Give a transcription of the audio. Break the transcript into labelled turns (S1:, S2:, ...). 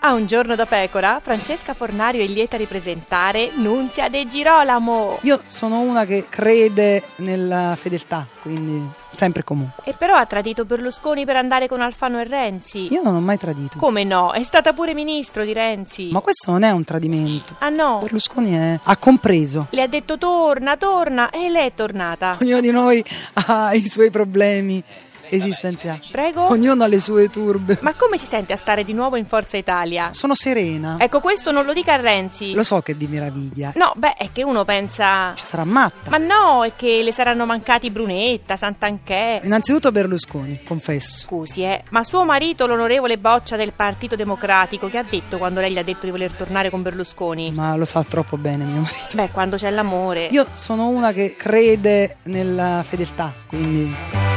S1: A un giorno da pecora, Francesca Fornario è lieta di presentare Nunzia De Girolamo.
S2: Io sono una che crede nella fedeltà, quindi sempre e comunque.
S1: E però ha tradito Berlusconi per andare con Alfano e Renzi.
S2: Io non ho mai tradito.
S1: Come no? È stata pure ministro di Renzi.
S2: Ma questo non è un tradimento.
S1: Ah no?
S2: Berlusconi è- ha compreso.
S1: Le ha detto torna, torna e lei è tornata.
S2: Ognuno di noi ha i suoi problemi esistenziali.
S1: Prego?
S2: Ognuno ha le sue turbe.
S1: Ma come si sente a stare di nuovo in Forza Italia?
S2: Sono serena.
S1: Ecco, questo non lo dica a Renzi.
S2: Lo so che vi meraviglia.
S1: No, beh, è che uno pensa...
S2: Ci sarà matta.
S1: Ma no, è che le saranno mancati Brunetta, Santanchè.
S2: Innanzitutto Berlusconi, confesso.
S1: Scusi, eh, ma suo marito, l'onorevole Boccia del Partito Democratico, che ha detto quando lei gli ha detto di voler tornare con Berlusconi?
S2: Ma lo sa troppo bene mio marito.
S1: Beh, quando c'è l'amore.
S2: Io sono una che crede nella fedeltà, quindi...